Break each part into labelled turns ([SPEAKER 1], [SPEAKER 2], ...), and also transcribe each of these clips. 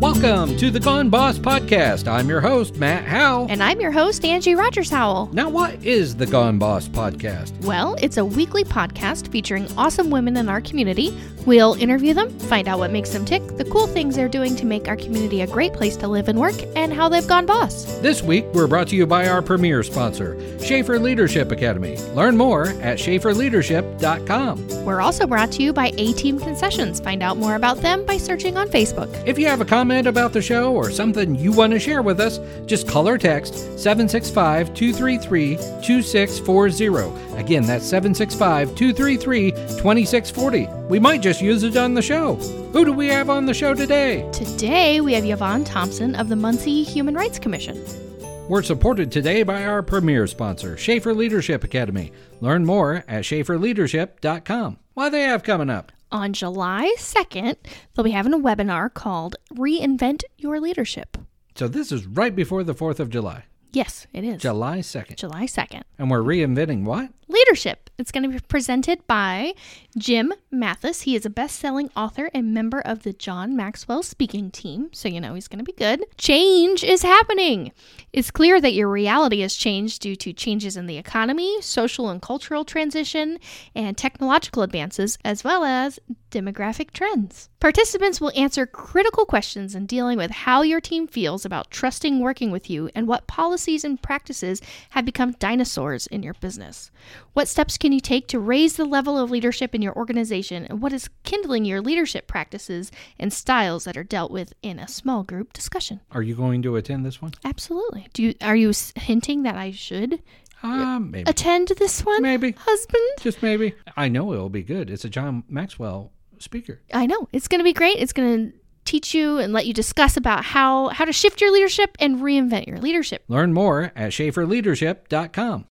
[SPEAKER 1] welcome to the Gone Boss Podcast. I'm your host, Matt Howe.
[SPEAKER 2] And I'm your host, Angie Rogers Howell.
[SPEAKER 1] Now, what is the Gone Boss Podcast?
[SPEAKER 2] Well, it's a weekly podcast featuring awesome women in our community. We'll interview them, find out what makes them tick, the cool things they're doing to make our community a great place to live and work, and how they've gone boss.
[SPEAKER 1] This week, we're brought to you by our premier sponsor, Schaefer Leadership Academy. Learn more at schaeferleadership.com.
[SPEAKER 2] We're also brought to you by A Team Concessions. Find out more about them by searching on Facebook.
[SPEAKER 1] If you have a comment about the show or something you want to share with us, just call or text 765 233 2640. Again, that's 765 233 2640. We might just use it on the show. Who do we have on the show today?
[SPEAKER 2] Today, we have Yvonne Thompson of the Muncie Human Rights Commission.
[SPEAKER 1] We're supported today by our premier sponsor, Schaefer Leadership Academy. Learn more at schaeferleadership.com. What do they have coming up?
[SPEAKER 2] On July 2nd, they'll be having a webinar called Reinvent Your Leadership.
[SPEAKER 1] So, this is right before the 4th of July,
[SPEAKER 2] Yes, it is.
[SPEAKER 1] July 2nd.
[SPEAKER 2] July 2nd.
[SPEAKER 1] And we're reinventing what?
[SPEAKER 2] Leadership. It's going to be presented by Jim Mathis. He is a best selling author and member of the John Maxwell speaking team, so you know he's going to be good. Change is happening. It's clear that your reality has changed due to changes in the economy, social and cultural transition, and technological advances, as well as demographic trends. Participants will answer critical questions in dealing with how your team feels about trusting working with you and what policies and practices have become dinosaurs in your business. What steps can you take to raise the level of leadership in your organization and what is kindling your leadership practices and styles that are dealt with in a small group discussion?
[SPEAKER 1] Are you going to attend this one?
[SPEAKER 2] Absolutely. Do you are you s- hinting that I should
[SPEAKER 1] Uh, maybe.
[SPEAKER 2] attend this one?
[SPEAKER 1] Maybe.
[SPEAKER 2] Husband?
[SPEAKER 1] Just maybe. I know it'll be good. It's a John Maxwell speaker.
[SPEAKER 2] I know. It's going to be great. It's going to teach you and let you discuss about how how to shift your leadership and reinvent your leadership.
[SPEAKER 1] Learn more at schaeferleadership.com.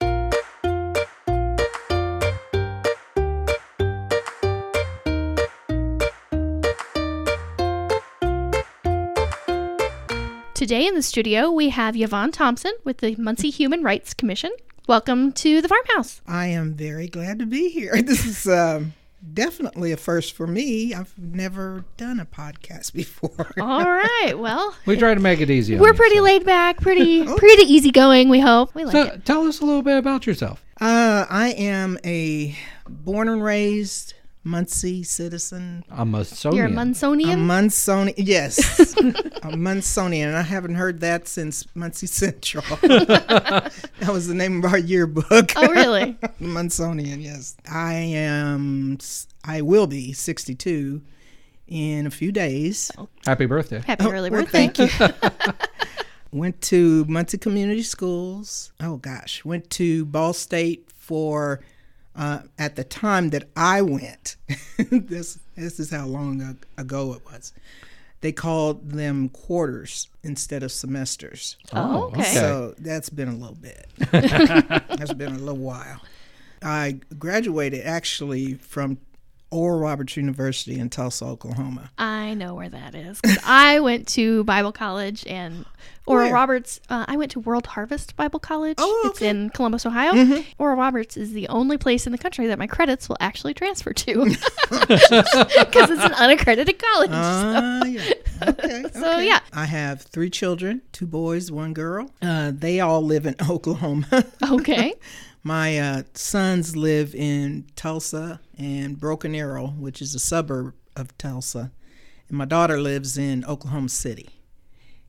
[SPEAKER 2] Today in the studio, we have Yvonne Thompson with the Muncie Human Rights Commission. Welcome to the farmhouse.
[SPEAKER 3] I am very glad to be here. This is um, definitely a first for me. I've never done a podcast before.
[SPEAKER 2] All right. Well,
[SPEAKER 1] We try to make it easy. on
[SPEAKER 2] we're
[SPEAKER 1] you,
[SPEAKER 2] pretty
[SPEAKER 1] so.
[SPEAKER 2] laid back, pretty pretty easygoing, we hope. We like it.
[SPEAKER 1] So tell us a little bit about yourself.
[SPEAKER 3] Uh, I am a born and raised Muncie citizen.
[SPEAKER 1] I'm a Sonian.
[SPEAKER 2] You're a
[SPEAKER 3] A
[SPEAKER 1] Um,
[SPEAKER 2] Munsonian.
[SPEAKER 3] Munsonian, yes, a Munsonian, and I haven't heard that since Muncie Central. that was the name of our yearbook.
[SPEAKER 2] oh, really?
[SPEAKER 3] Munsonian, yes. I am. I will be 62 in a few days.
[SPEAKER 1] Happy birthday.
[SPEAKER 2] Happy early
[SPEAKER 3] well,
[SPEAKER 2] birthday.
[SPEAKER 3] Thank you. went to Muncie Community Schools. Oh gosh, went to Ball State for uh, at the time that I went. this this is how long a- ago it was. They called them quarters instead of semesters.
[SPEAKER 2] Oh, okay.
[SPEAKER 3] So that's been a little bit. that's been a little while. I graduated actually from Oral Roberts University in Tulsa, Oklahoma.
[SPEAKER 2] I know where that is. 'cause I went to Bible college and Oral
[SPEAKER 3] Where?
[SPEAKER 2] Roberts. Uh, I went to World Harvest Bible College.
[SPEAKER 3] Oh,
[SPEAKER 2] It's
[SPEAKER 3] okay. Mm-hmm.
[SPEAKER 2] in Columbus, Ohio. Oral Roberts is the only place in the country that my credits will actually transfer to because it's an unaccredited college.
[SPEAKER 3] Ah, yeah. Okay.
[SPEAKER 2] So,
[SPEAKER 3] okay.
[SPEAKER 2] yeah.
[SPEAKER 3] I have three children, two boys, one girl. Uh, they all live in Oklahoma.
[SPEAKER 2] Okay.
[SPEAKER 3] My uh, sons live in Tulsa and Broken Arrow, which is a suburb of Tulsa. And my daughter lives in Oklahoma City.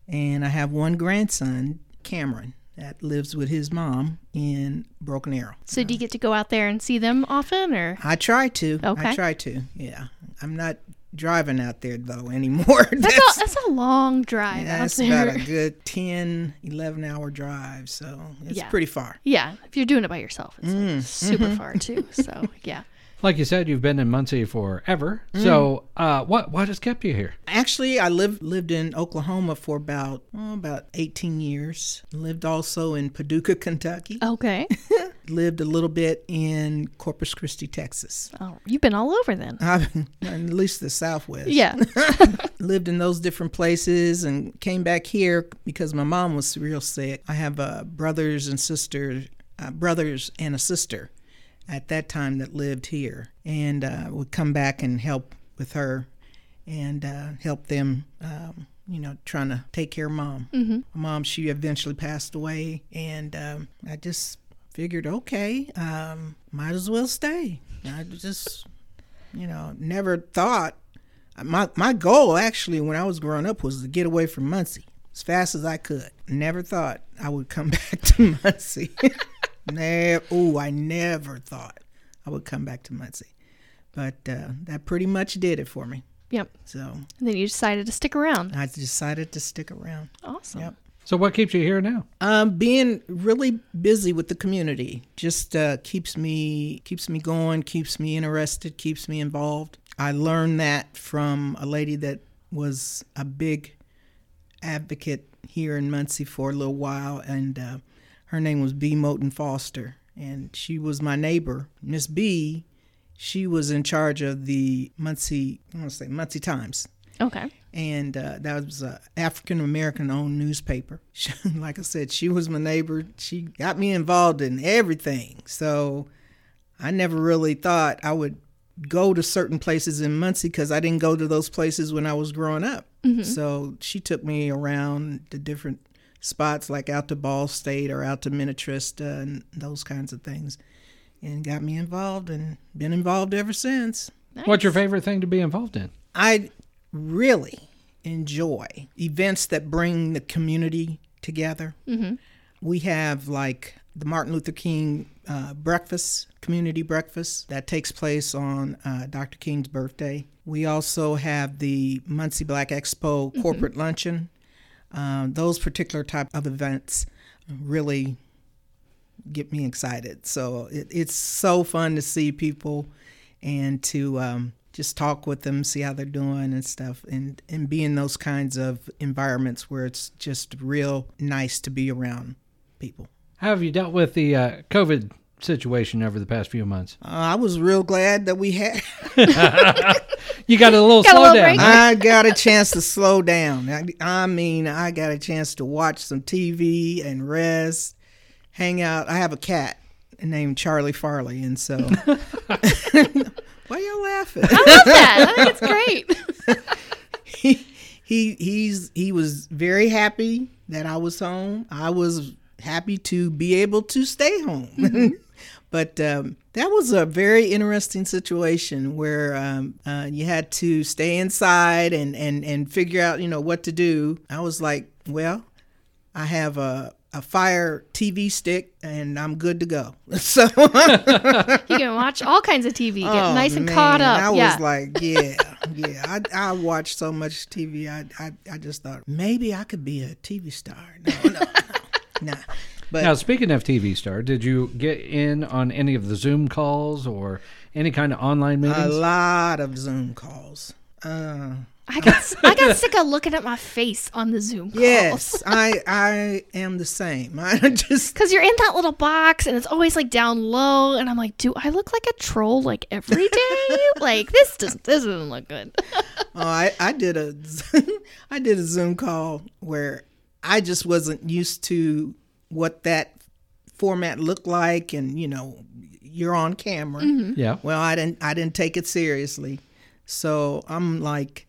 [SPEAKER 3] And I have one grandson, Cameron, that lives with his mom in Broken Arrow.
[SPEAKER 2] So do you get to go out there and see them often, or
[SPEAKER 3] I try to.
[SPEAKER 2] Okay.
[SPEAKER 3] I try to. Yeah. I'm not driving out there though anymore.
[SPEAKER 2] that's a, that's a long drive out
[SPEAKER 3] That's
[SPEAKER 2] there.
[SPEAKER 3] about a good 10, 11 hour drive. So it's
[SPEAKER 2] Yeah.
[SPEAKER 3] pretty far.
[SPEAKER 2] yeah, if you're doing it by yourself, it's like,
[SPEAKER 3] Mm,
[SPEAKER 2] super
[SPEAKER 3] mm-hmm.
[SPEAKER 2] far too. So yeah.
[SPEAKER 1] Like you said, you've been in Muncie forever.
[SPEAKER 2] Mm.
[SPEAKER 1] So uh, what what has kept you here?
[SPEAKER 3] Actually, I lived lived in Oklahoma for about oh, about 18 years. Lived also in Paducah, Kentucky.
[SPEAKER 2] Okay.
[SPEAKER 3] Lived a little bit in Corpus Christi, Texas.
[SPEAKER 2] Oh, you've been all over then.
[SPEAKER 3] I've- at least the Southwest.
[SPEAKER 2] Yeah.
[SPEAKER 3] lived in those different places and came back here because my mom was real sick. I have uh, brothers and sisters, uh, brothers and a sister at that time that lived here and uh, would come back and help with her and uh, help them um, you know, trying to take care of mom. Mm-hmm. My mom, she eventually passed away, and um, I just figured, okay, um, might as well stay. I just, you know, never thought. My my goal actually when I was growing up was to get away from Muncie as fast as I could. Never thought I would come back to Muncie. never. Oh, I never thought I would come back to Muncie, but uh, that pretty much did it for me.
[SPEAKER 2] Yep.
[SPEAKER 3] So
[SPEAKER 2] And then you decided to stick around.
[SPEAKER 3] I decided to stick around.
[SPEAKER 2] Awesome.
[SPEAKER 3] Yep.
[SPEAKER 1] So what keeps you here now?
[SPEAKER 3] Um, being really busy with the community just uh, keeps me keeps me going, keeps me interested, keeps me involved. I learned that from a lady that was a big advocate here in Muncie for a little while, and uh, her name was B. Moten Foster, and she was my neighbor. Miss B, she was in charge of the Muncie, I want to say Muncie Times,
[SPEAKER 2] Okay.
[SPEAKER 3] and uh, that was a African American owned newspaper. She, like I said, she was my neighbor. She got me involved in everything. So I never really thought I would go to certain places in Muncie because I didn't go to those places when I was growing up. So she took me around the different spots, like out to Ball State or out to Minnetrista and those kinds of things, and got me involved and been involved ever since.
[SPEAKER 1] What's your favorite thing to be involved in?
[SPEAKER 3] I really enjoy events that bring the community together. We have like the Martin Luther King uh, breakfast, community breakfast that takes place on uh, Dr. King's birthday. We also have the Muncie Black Expo corporate luncheon. Um, those particular type of events really get me excited. So it, it's so fun to see people and to um, just talk with them, see how they're doing and stuff, and and be in those kinds of environments where it's just real nice to be around people.
[SPEAKER 1] How have you dealt with the uh, COVID situation over the past few months?
[SPEAKER 3] Uh, I was real glad that we had.
[SPEAKER 1] You got a little
[SPEAKER 2] Got a
[SPEAKER 1] slow
[SPEAKER 2] little
[SPEAKER 1] down.
[SPEAKER 2] break.
[SPEAKER 1] huh?
[SPEAKER 3] I got a chance to slow down. I, I mean, I got a chance to watch some TV and rest, hang out. I have a cat named Charlie Farley, and so. Why y'all laughing?
[SPEAKER 2] I love that. I think it's great.
[SPEAKER 3] he he's he was very happy that I was home. I was happy to be able to stay home. but um, that was a very interesting situation where um, uh, you had to stay inside and and and figure out you know what to do. I was like, well, I have a a fire TV stick and I'm good to go. So
[SPEAKER 2] You can watch all kinds of TV, get
[SPEAKER 3] Oh,
[SPEAKER 2] nice and caught
[SPEAKER 3] man,
[SPEAKER 2] up.
[SPEAKER 3] I
[SPEAKER 2] yeah.
[SPEAKER 3] was like, yeah, yeah. I, I watched so much TV. I, I I just thought maybe I could be a TV star. No, no, no, nah. But
[SPEAKER 1] Now, speaking of TV star, did you get in on any of the Zoom calls or any kind of online
[SPEAKER 3] a
[SPEAKER 1] meetings?
[SPEAKER 3] lot of Zoom calls. Uh,
[SPEAKER 2] I got I got sick of looking at my face on the Zoom call.
[SPEAKER 3] yes, I I am the same. I just
[SPEAKER 2] Cause you're in that little box and it's always like down low, and I'm like, do I look like a troll like every day? like this doesn't this doesn't look good.
[SPEAKER 3] oh, I I did a I did a Zoom call where I just wasn't used to what that format looked like, and you know, you're on camera.
[SPEAKER 2] Mm-hmm.
[SPEAKER 1] yeah.
[SPEAKER 3] Well, I didn't I didn't take it seriously. So I'm like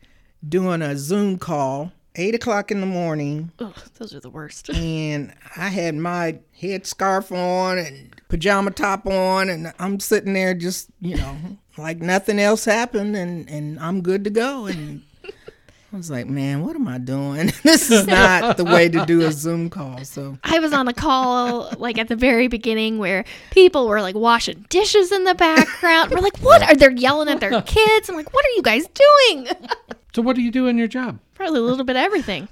[SPEAKER 3] doing a Zoom call, eight o'clock in the morning,
[SPEAKER 2] Ugh, those are the worst.
[SPEAKER 3] and I had my head scarf on and pajama top on and I'm sitting there just, you know, like nothing else happened and, and I'm good to go and I was like, man, what am I doing? this is not the way to do a Zoom call. So
[SPEAKER 2] I was on a call like at the very beginning where people were like washing dishes in the background. We're like, what are they yelling at their kids? I'm like, what are you guys doing?
[SPEAKER 1] So, what do you do in your job?
[SPEAKER 2] Probably a little bit of everything.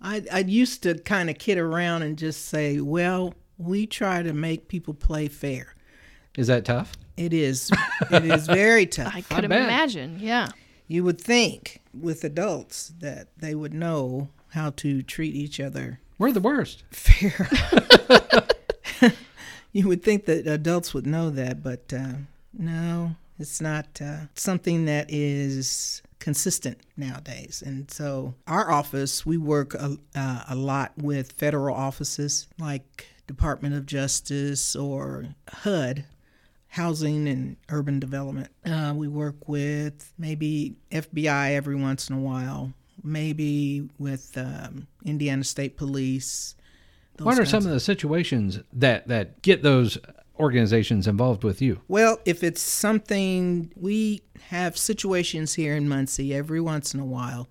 [SPEAKER 3] I, I used to kind of kid around and just say, well, we try to make people play fair.
[SPEAKER 1] Is that tough?
[SPEAKER 3] It is. It is very tough.
[SPEAKER 2] I could
[SPEAKER 1] bet.
[SPEAKER 2] imagine. Yeah.
[SPEAKER 3] You would think with adults that they would know how to treat each other
[SPEAKER 1] We're the worst.
[SPEAKER 3] fair. you would think that adults would know that, but uh, no, it's not uh, something that is consistent nowadays. And so, our office, we work a, uh, a lot with federal offices like Department of Justice or HUD. Housing and urban development. Uh, we work with maybe FBI every once in a while. maybe with um, Indiana State Police. those
[SPEAKER 1] What are
[SPEAKER 3] kinds
[SPEAKER 1] some of the situations that that get those organizations involved with you?
[SPEAKER 3] Well, if it's something we have situations here in Muncie every once in a while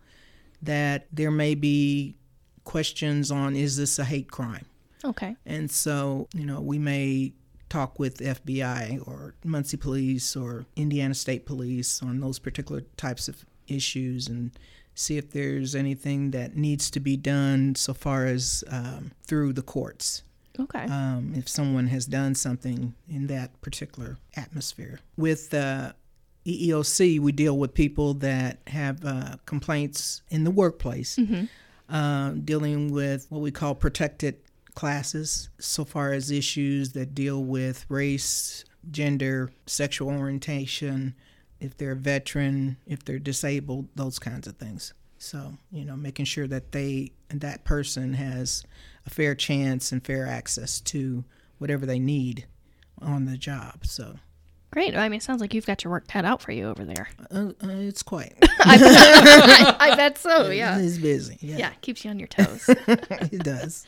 [SPEAKER 3] that there may be questions on is this a hate crime?
[SPEAKER 2] Okay.
[SPEAKER 3] And so, you know, we may talk with FBI or Muncie Police or Indiana State Police on those particular types of issues and see if there's anything that needs to be done so far as um, through the courts
[SPEAKER 2] Okay.
[SPEAKER 3] um, if someone has done something in that particular atmosphere. With uh, E the EEOC, we deal with people that have uh, complaints in the workplace, uh, dealing with what we call protected classes, so far as issues that deal with race, gender, sexual orientation, if they're a veteran, if they're disabled, those kinds of things. So, you know, making sure that they that person has a fair chance and fair access to whatever they need on the job. So,
[SPEAKER 2] Great. Well, I mean, it sounds like you've got your work cut out for you over there.
[SPEAKER 3] uh, uh, it's quite
[SPEAKER 2] I, I bet so. Yeah.
[SPEAKER 3] it's busy. Yeah,
[SPEAKER 2] Yeah. Keeps you on your toes.
[SPEAKER 3] it does.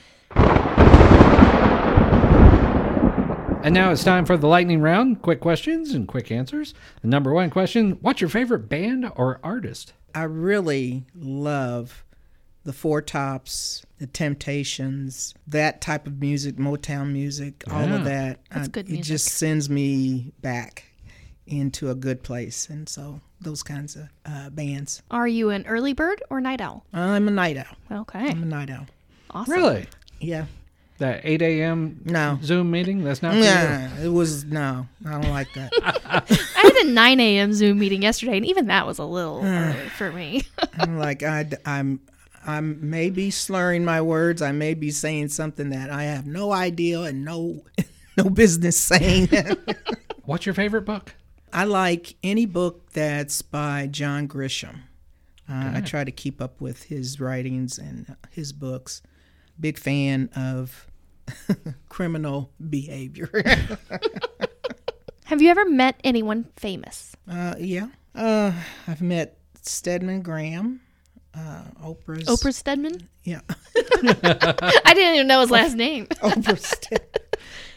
[SPEAKER 1] And now it's time for the lightning round. Quick questions and quick answers. The number one question: What's your favorite band or artist?
[SPEAKER 3] I really love the Four Tops, the Temptations, that type of music, Motown music, all
[SPEAKER 1] Yeah.
[SPEAKER 3] of that.
[SPEAKER 2] That's
[SPEAKER 3] I-
[SPEAKER 2] good
[SPEAKER 3] It just sends me back into a good place, and so those kinds of uh, bands.
[SPEAKER 2] Are you an early bird or night owl?
[SPEAKER 3] I'm a night owl.
[SPEAKER 2] Okay.
[SPEAKER 3] I'm a night owl.
[SPEAKER 2] Awesome.
[SPEAKER 1] Really?
[SPEAKER 3] Yeah.
[SPEAKER 1] That 8 a.m.
[SPEAKER 3] No.
[SPEAKER 1] Zoom meeting? That's not for you?
[SPEAKER 3] Yeah, it was no. I don't like that.
[SPEAKER 2] I had a 9 a.m. Zoom meeting yesterday, and even that was a little early for me.
[SPEAKER 3] I'm like I, am I'm maybe slurring my words. I may be saying something that I have no idea and no no business saying.
[SPEAKER 1] What's your favorite book?
[SPEAKER 3] I like any book that's by John Grisham. Uh, I try to keep up with his writings and uh, his books. Big fan of criminal behavior.
[SPEAKER 2] Have you ever met anyone famous?
[SPEAKER 3] uh, yeah, uh, I've met Stedman Graham, uh, Oprah's.
[SPEAKER 2] Oprah Stedman?
[SPEAKER 3] Yeah.
[SPEAKER 2] I didn't even know his last name.
[SPEAKER 3] overstep.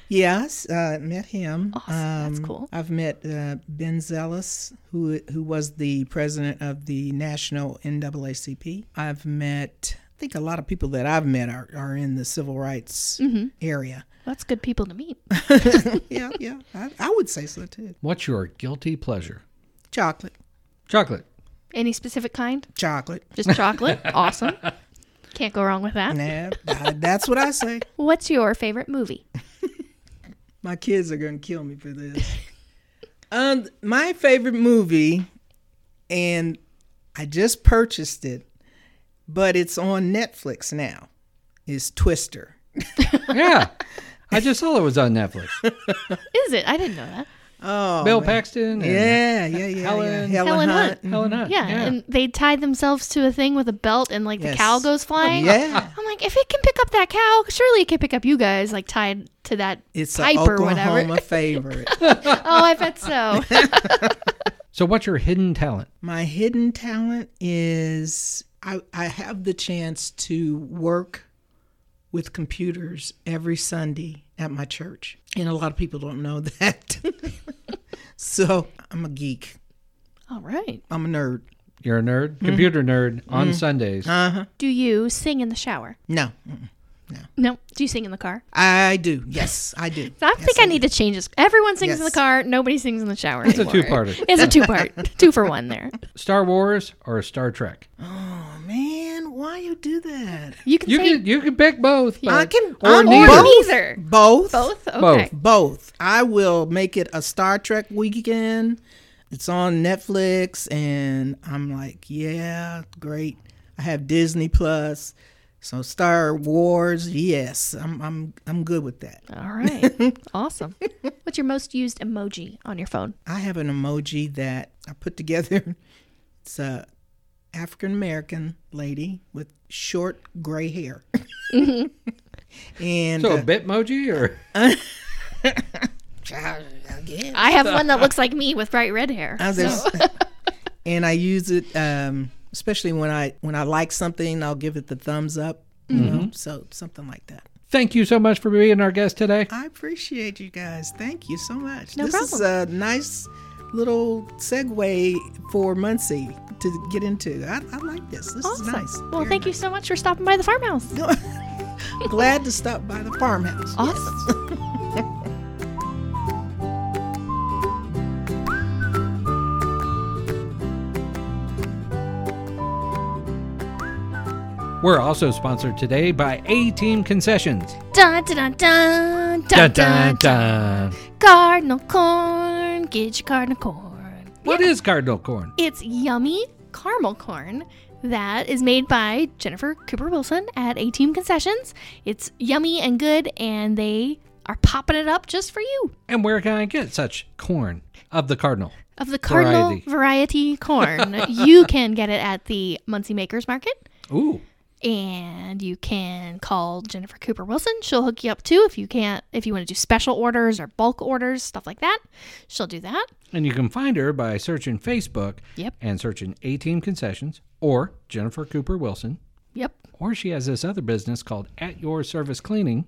[SPEAKER 3] yes, uh, met him. Um,
[SPEAKER 2] Awesome, that's cool.
[SPEAKER 3] I've met uh, Ben Zealous, who who was the president of the National NAACP. I've met. I think a lot of people that I've met are, are in the civil rights
[SPEAKER 2] Mm-hmm.
[SPEAKER 3] area.
[SPEAKER 2] That's good people to meet.
[SPEAKER 3] Yeah, yeah, I, I would say so too.
[SPEAKER 1] What's your guilty pleasure?
[SPEAKER 3] Chocolate,
[SPEAKER 1] Chocolate.
[SPEAKER 2] Any specific kind?
[SPEAKER 3] chocolate.
[SPEAKER 2] Just chocolate. awesome. Can't go wrong with that.
[SPEAKER 3] Nah, I- that's what I say.
[SPEAKER 2] What's your favorite movie?
[SPEAKER 3] My kids are gonna kill me for this. um, my favorite movie, and I just purchased it, but it's on Netflix now. Is Twister?
[SPEAKER 1] Yeah. I just saw it was on Netflix.
[SPEAKER 2] Is it? I didn't know that.
[SPEAKER 3] Oh,
[SPEAKER 1] Bill Paxton. and
[SPEAKER 3] yeah, Mm-hmm. yeah, yeah,
[SPEAKER 1] Helen-
[SPEAKER 3] yeah.
[SPEAKER 2] Helen Hunt.
[SPEAKER 1] Helen Hunt.
[SPEAKER 2] Yeah, and they tie themselves to a thing with a belt, and like the
[SPEAKER 3] Yes. Oh,
[SPEAKER 2] cow goes flying.
[SPEAKER 3] Yeah.
[SPEAKER 2] I'm like, if it can pick up that cow, surely it can pick up you guys, like tied to that
[SPEAKER 3] It's an
[SPEAKER 2] pipe or whatever.
[SPEAKER 3] Oklahoma favorite.
[SPEAKER 2] Oh, I bet so.
[SPEAKER 1] So what's your hidden talent?
[SPEAKER 3] My hidden talent is I, I have the chance to work with computers every Sunday at my church. And a lot of people don't know that. so I'm a geek,
[SPEAKER 2] All right.
[SPEAKER 3] I'm a nerd.
[SPEAKER 1] You're a nerd,
[SPEAKER 3] Mm-hmm.
[SPEAKER 1] computer nerd on Sundays.
[SPEAKER 3] Uh,
[SPEAKER 2] Do you sing in the shower?
[SPEAKER 3] No, mm-mm.
[SPEAKER 2] No. Do you sing in the car?
[SPEAKER 3] I do. Yes, I do.
[SPEAKER 2] I think I need to change this. Everyone sings in the
[SPEAKER 3] Yes.
[SPEAKER 2] car. Nobody sings in the shower.
[SPEAKER 1] It's a two-parter.
[SPEAKER 2] It's a two part. two for one there.
[SPEAKER 1] Star Wars or Star Trek?
[SPEAKER 3] Oh, man, why you do that?
[SPEAKER 2] You can
[SPEAKER 1] You
[SPEAKER 2] say
[SPEAKER 1] can you can pick both.
[SPEAKER 3] I
[SPEAKER 1] but-
[SPEAKER 3] can.
[SPEAKER 1] or
[SPEAKER 3] I'm
[SPEAKER 1] neither.
[SPEAKER 3] Both,
[SPEAKER 2] Neither.
[SPEAKER 3] both.
[SPEAKER 2] both. Okay.
[SPEAKER 3] Both. I will make it a Star Trek weekend. It's on Netflix, and I'm like, yeah, great. I have Disney Plus, so Star Wars. Yes, I'm I'm I'm good with that.
[SPEAKER 2] All right. awesome. What's your most used emoji on your phone?
[SPEAKER 3] I have an emoji that I put together. It's a African American lady with short gray hair, Mm-hmm. and
[SPEAKER 1] So a
[SPEAKER 3] uh,
[SPEAKER 1] Bitmoji or
[SPEAKER 3] I guess.
[SPEAKER 2] I have one that looks like me with bright red hair.
[SPEAKER 3] I was just- and I use it um, especially when I when I like something, I'll give it the thumbs up. You
[SPEAKER 2] Mm-hmm.
[SPEAKER 3] know, so something like that.
[SPEAKER 1] Thank you so much for being our guest today.
[SPEAKER 3] I appreciate you guys. Thank you so much.
[SPEAKER 2] No
[SPEAKER 3] this is a
[SPEAKER 2] problem.
[SPEAKER 3] nice little segue for Muncie to get into. I, I like this. This
[SPEAKER 2] Awesome.
[SPEAKER 3] is nice.
[SPEAKER 2] Well, thank you so much for stopping by the farmhouse.
[SPEAKER 3] you. Glad to stop by the farmhouse.
[SPEAKER 2] Awesome.
[SPEAKER 1] We're also sponsored today by A Team Concessions.
[SPEAKER 2] Dun dun dun dun dun dun.
[SPEAKER 1] dun.
[SPEAKER 2] Cardinal corn. Get your cardinal corn.
[SPEAKER 1] What is cardinal corn?
[SPEAKER 2] It's yummy caramel corn that is made by Jennifer Cooper Wilson at A Team Concessions. It's yummy and good, and they are popping it up just for you.
[SPEAKER 1] And where can I get such corn of the cardinal?
[SPEAKER 2] Of the cardinal
[SPEAKER 1] Variety.
[SPEAKER 2] variety, corn, you can get it at the Muncie Makers Market.
[SPEAKER 1] Ooh.
[SPEAKER 2] And you can call Jennifer Cooper Wilson. She'll hook you up too if you can't, if you want to do special orders or bulk orders, stuff like that. She'll do that.
[SPEAKER 1] And you can find her by searching Facebook
[SPEAKER 2] Yep.
[SPEAKER 1] and searching A Team Concessions or Jennifer Cooper Wilson.
[SPEAKER 2] Yep.
[SPEAKER 1] Or she has this other business called At Your Service Cleaning.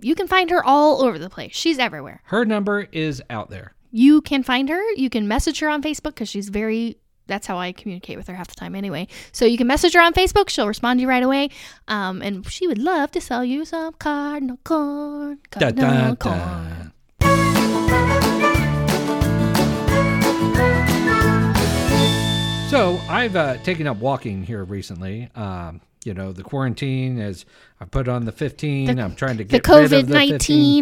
[SPEAKER 2] You can find her all over the place. She's everywhere.
[SPEAKER 1] Her number is out there.
[SPEAKER 2] you can find her. You can message her on Facebook because she's very. That's how I communicate with her half the time anyway. So you can message her on Facebook. She'll respond to you right away. Um, and she would love to sell you some cardinal corn.
[SPEAKER 1] Dun,
[SPEAKER 2] Cardinal
[SPEAKER 1] dun,
[SPEAKER 2] corn.
[SPEAKER 1] dun. So I've uh, taken up walking here recently. Um, you know, the quarantine is, I put on the 15. I'm trying to
[SPEAKER 2] The
[SPEAKER 1] get rid of
[SPEAKER 2] COVID
[SPEAKER 1] the 15.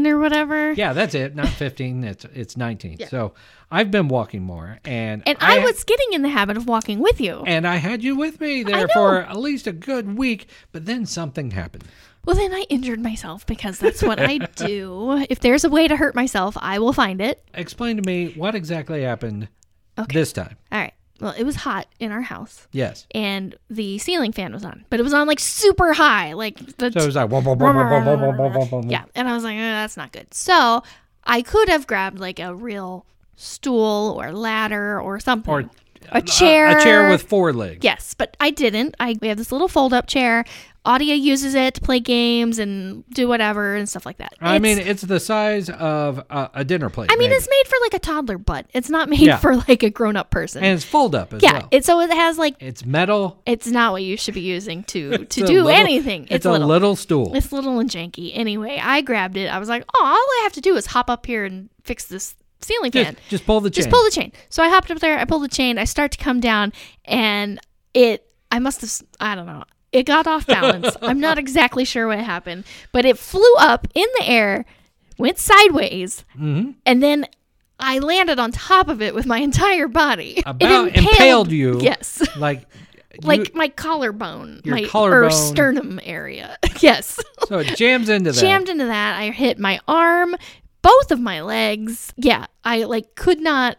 [SPEAKER 2] 19 or whatever.
[SPEAKER 1] Yeah, that's it. Not 15. It's it's 19. So I've been walking more, and
[SPEAKER 2] And I, was getting in the habit of walking with you.
[SPEAKER 1] and I had you with me there for at least a good week, but then something happened.
[SPEAKER 2] Well, then I injured myself because that's what I do. If there's a way to hurt myself, I will find it.
[SPEAKER 1] Explain to me what exactly happened this time.
[SPEAKER 2] All right. Well, it was hot in our house
[SPEAKER 1] Yes.
[SPEAKER 2] and the ceiling fan was on, but it was on like super high. Like the
[SPEAKER 1] So it was like wah, wah, wah, wah, wah, wah, wah, wah, wah, wah.
[SPEAKER 2] Yeah, and I was like, eh, that's not good. So I could have grabbed like a real stool or ladder or something,
[SPEAKER 1] Or uh,
[SPEAKER 2] a
[SPEAKER 1] A-
[SPEAKER 2] chair,
[SPEAKER 1] A chair with four legs.
[SPEAKER 2] yes, but I didn't. I we have this little fold-up chair. Audia uses it to play games and do whatever and stuff like that.
[SPEAKER 1] I
[SPEAKER 2] It's-
[SPEAKER 1] mean, it's the size of a, a dinner plate.
[SPEAKER 2] I mean,
[SPEAKER 1] maybe.
[SPEAKER 2] it's made for like a toddler butt. It's not made
[SPEAKER 1] Yeah.
[SPEAKER 2] for like a grown-up person.
[SPEAKER 1] and it's fold up as
[SPEAKER 2] yeah,
[SPEAKER 1] well.
[SPEAKER 2] it so it has like
[SPEAKER 1] it's metal.
[SPEAKER 2] it's not what you should be using to
[SPEAKER 1] It's
[SPEAKER 2] to
[SPEAKER 1] a
[SPEAKER 2] do
[SPEAKER 1] little-
[SPEAKER 2] anything. It's,
[SPEAKER 1] a little, stool.
[SPEAKER 2] It's little and janky. Anyway, I grabbed it. I was like, oh, all I have to do is hop up here and fix this ceiling fan.
[SPEAKER 1] Just, just pull the chain.
[SPEAKER 2] Just pull the chain. So I hopped up there. I pulled the chain. I start to come down, and it. I must have. s- I don't know. It got off balance. I'm not exactly sure what happened, but it flew up in the air, went sideways,
[SPEAKER 1] Mm-hmm.
[SPEAKER 2] and then I landed on top of it with my entire body. It
[SPEAKER 1] About impaled you.
[SPEAKER 2] Yes.
[SPEAKER 1] like
[SPEAKER 2] Like
[SPEAKER 1] you-
[SPEAKER 2] my collarbone,
[SPEAKER 1] Your
[SPEAKER 2] my or
[SPEAKER 1] collarbone.
[SPEAKER 2] sternum area. yes.
[SPEAKER 1] so it jams into that.
[SPEAKER 2] jammed into that. I hit my arm, both of my legs. Yeah, I like could not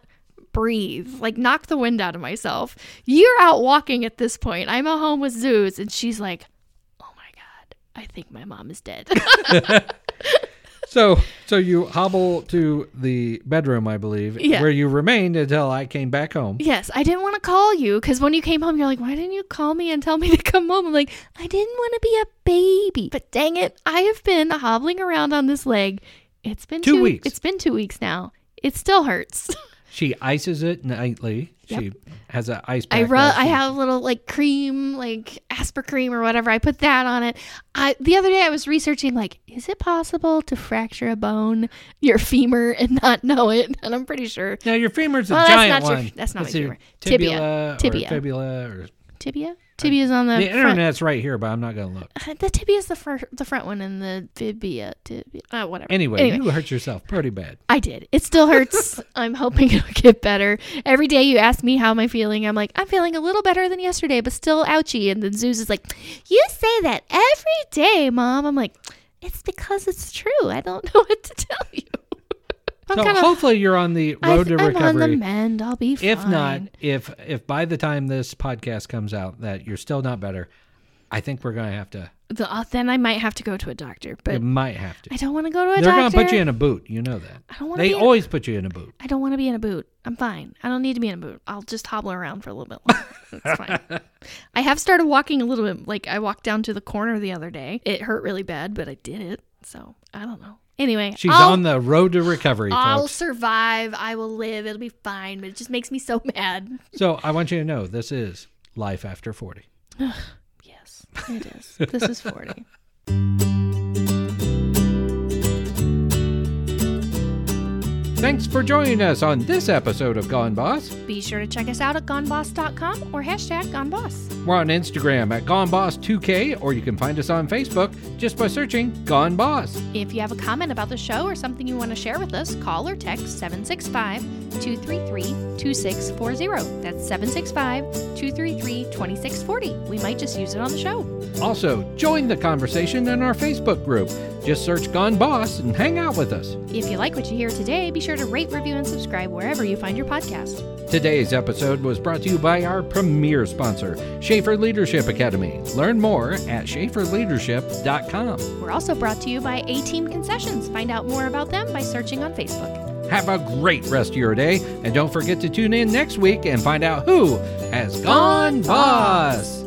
[SPEAKER 2] breathe, like knocked the wind out of myself. You're out walking at this point. I'm at home with Zeus, and she's like, "Oh my god, I think my mom is dead."
[SPEAKER 1] So, so you hobble to the bedroom, I believe,
[SPEAKER 2] Yeah.
[SPEAKER 1] where you remained until I came back home.
[SPEAKER 2] yes, I didn't want to call you because when you came home, you're like, "Why didn't you call me and tell me to come home?" I'm like, "I didn't want to be a baby." But dang it, I have been hobbling around on this leg. It's been
[SPEAKER 1] Two weeks.
[SPEAKER 2] It's been two weeks now. It still hurts.
[SPEAKER 1] She ices it nightly. She has an ice pack.
[SPEAKER 2] I rub.
[SPEAKER 1] that
[SPEAKER 2] I
[SPEAKER 1] she-
[SPEAKER 2] have a little like cream, like Asper cream or whatever. I put that on it. I the other day I was researching like, is it possible to fracture a bone, your femur, and not know it? And I'm pretty sure
[SPEAKER 1] Now your femur's a
[SPEAKER 2] Well, that's
[SPEAKER 1] giant
[SPEAKER 2] not your-
[SPEAKER 1] one.
[SPEAKER 2] that's not my
[SPEAKER 1] your
[SPEAKER 2] femur. Tibia.
[SPEAKER 1] Tibia,
[SPEAKER 2] Tibia.
[SPEAKER 1] or fibula, or
[SPEAKER 2] tibia. Tibia's on the,
[SPEAKER 1] the
[SPEAKER 2] front.
[SPEAKER 1] internet's right here, but I'm not gonna look.
[SPEAKER 2] The tibia's the front, the front one, and the fibia, tibia, uh, whatever.
[SPEAKER 1] Anyway, you hurt yourself pretty bad.
[SPEAKER 2] I did. It still hurts. I'm hoping it'll get better. Every day you ask me how am I feeling, I'm like, I'm feeling a little better than yesterday, but still ouchy. And then Zeus is like, You say that every day, Mom. I'm like, It's because it's true. I don't know what to tell you. I'm
[SPEAKER 1] So
[SPEAKER 2] kind of
[SPEAKER 1] hopefully you're on the road to
[SPEAKER 2] I'm on
[SPEAKER 1] recovery.
[SPEAKER 2] the mend. I'll be fine.
[SPEAKER 1] if not, if if by the time this podcast comes out that you're still not better, I think we're going to have to.
[SPEAKER 2] The, uh, then I might have to go to a doctor, but
[SPEAKER 1] It might have to.
[SPEAKER 2] I don't want to go to a
[SPEAKER 1] They're going
[SPEAKER 2] doctor.
[SPEAKER 1] to put you in a boot. You know that.
[SPEAKER 2] I don't wanna
[SPEAKER 1] They
[SPEAKER 2] be in a-
[SPEAKER 1] always put you in a boot.
[SPEAKER 2] I don't want to be in a boot. I'm fine. I don't need to be in a boot. I'll just hobble around for a little bit. Longer. It's fine. I have started walking a little bit. Like I walked down to the corner the other day. It hurt really bad, but I did it. So I don't know. Anyway,
[SPEAKER 1] She's
[SPEAKER 2] I'll,
[SPEAKER 1] on the road to recovery,
[SPEAKER 2] I'll
[SPEAKER 1] folks.
[SPEAKER 2] survive. I will live. It'll be fine. But it just makes me so mad.
[SPEAKER 1] So I want you to know this is life after 40.
[SPEAKER 2] Yes, it is. this is forty.
[SPEAKER 1] Thanks for joining us on this episode of Gone Boss.
[SPEAKER 2] Be sure to check us out at goneboss.com or hashtag goneboss.
[SPEAKER 1] We're on Instagram at GoneBoss2K, or you can find us on Facebook just by searching Gone Boss.
[SPEAKER 2] If you have a comment about the show or something you want to share with us, call or text 765 233 2640. That's 765 233 2640. We might just use it on the show.
[SPEAKER 1] Also, join the conversation in our Facebook group. Just search Gone Boss and hang out with us.
[SPEAKER 2] If you like what you hear today, be sure to rate, review, and subscribe wherever you find your podcast.
[SPEAKER 1] Today's episode was brought to you by our premier sponsor, Schaefer Leadership Academy. Learn more at schaeferleadership.com.
[SPEAKER 2] We're also brought to you by A Team Concessions. Find out more about them by searching on Facebook.
[SPEAKER 1] Have a great rest of your day, and don't forget to tune in next week and find out who has gone boss.